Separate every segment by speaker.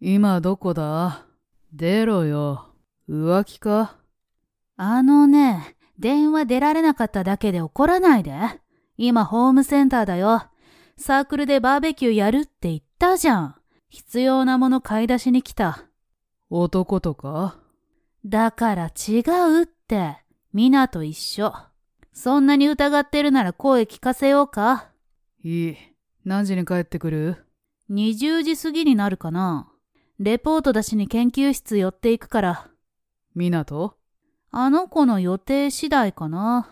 Speaker 1: 今どこだ出ろよ。浮気か
Speaker 2: あのね、電話出られなかっただけで怒らないで。今ホームセンターだよ。サークルでバーベキューやるって言ったじゃん。必要なもの買い出しに来た。
Speaker 1: 男とか
Speaker 2: だから違うって。みなと一緒。そんなに疑ってるなら声聞かせようか。
Speaker 1: いい。何時に帰ってくる
Speaker 2: 20時過ぎになるかな。レポート出しに研究室寄っていくから、
Speaker 1: みなと
Speaker 2: あの子の予定次第かな。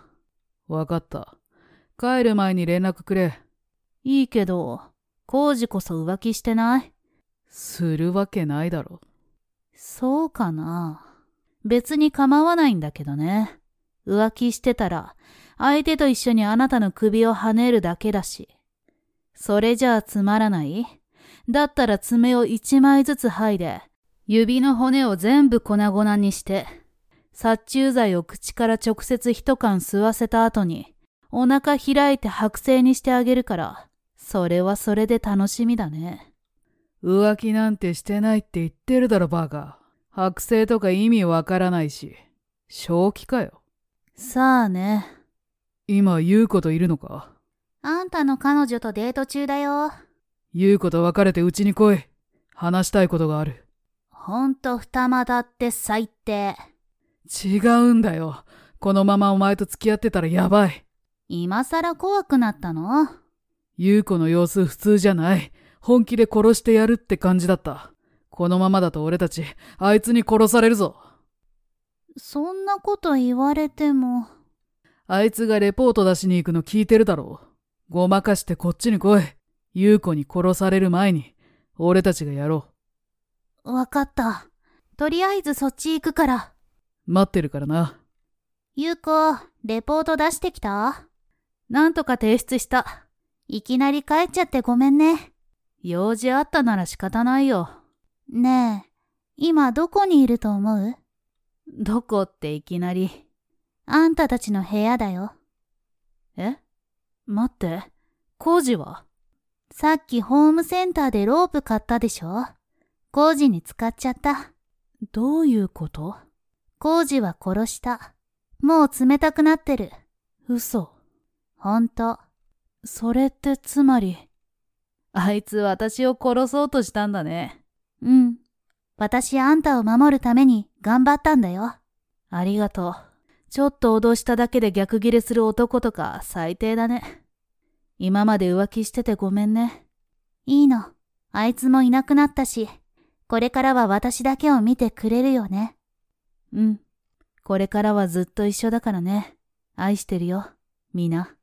Speaker 1: わかった。帰る前に連絡くれ。
Speaker 2: いいけど、コウジこそ浮気してない
Speaker 1: するわけないだろ。
Speaker 2: そうかな。別に構わないんだけどね。浮気してたら、相手と一緒にあなたの首を跳ねるだけだし。それじゃあつまらないだったら爪を一枚ずつ剥いで、指の骨を全部粉々にして、殺虫剤を口から直接一缶吸わせた後に、お腹開いて白製にしてあげるから、それはそれで楽しみだね。
Speaker 1: 浮気なんてしてないって言ってるだろ、バカ。剥製とか意味わからないし。正気かよ。
Speaker 2: さあね。
Speaker 1: 今、言うこといるのか
Speaker 2: あんたの彼女とデート中だよ。
Speaker 1: 言うこと別れてうちに来い。話したいことがある。
Speaker 2: ほんと二股って最低。
Speaker 1: 違うんだよ。このままお前と付き合ってたらやばい。
Speaker 2: 今さら怖くなったの
Speaker 1: 優子の様子普通じゃない。本気で殺してやるって感じだった。このままだと俺たち、あいつに殺されるぞ。
Speaker 2: そんなこと言われても。
Speaker 1: あいつがレポート出しに行くの聞いてるだろう。ごまかしてこっちに来い。優子に殺される前に、俺たちがやろ
Speaker 2: わかった。とりあえずそっち行くから。
Speaker 1: う。待ってるからな。
Speaker 2: ゆうこ、レポート出してきたなんとか提出した。いきなり帰っちゃってごめんね。用事あったなら仕方ないよ。ねえ、今どこにいると思うどこっていきなり。あんたたちの部屋だよ。え待って、工事はさっきホームセンターでロープ買ったでしょ工事に使っちゃった。どういうこと工事は殺した。もう冷たくなってる。嘘。ほんと。それってつまり。あいつ私を殺そうとしたんだね。うん。私あんたを守るために頑張ったんだよ。ありがとう。ちょっと脅しただけで逆ギレする男とか最低だね。今まで浮気しててごめんね。いいの。あいつもいなくなったし、これからは私だけを見てくれるよね。うん。これからはずっと一緒だからね。愛してるよ、みんな。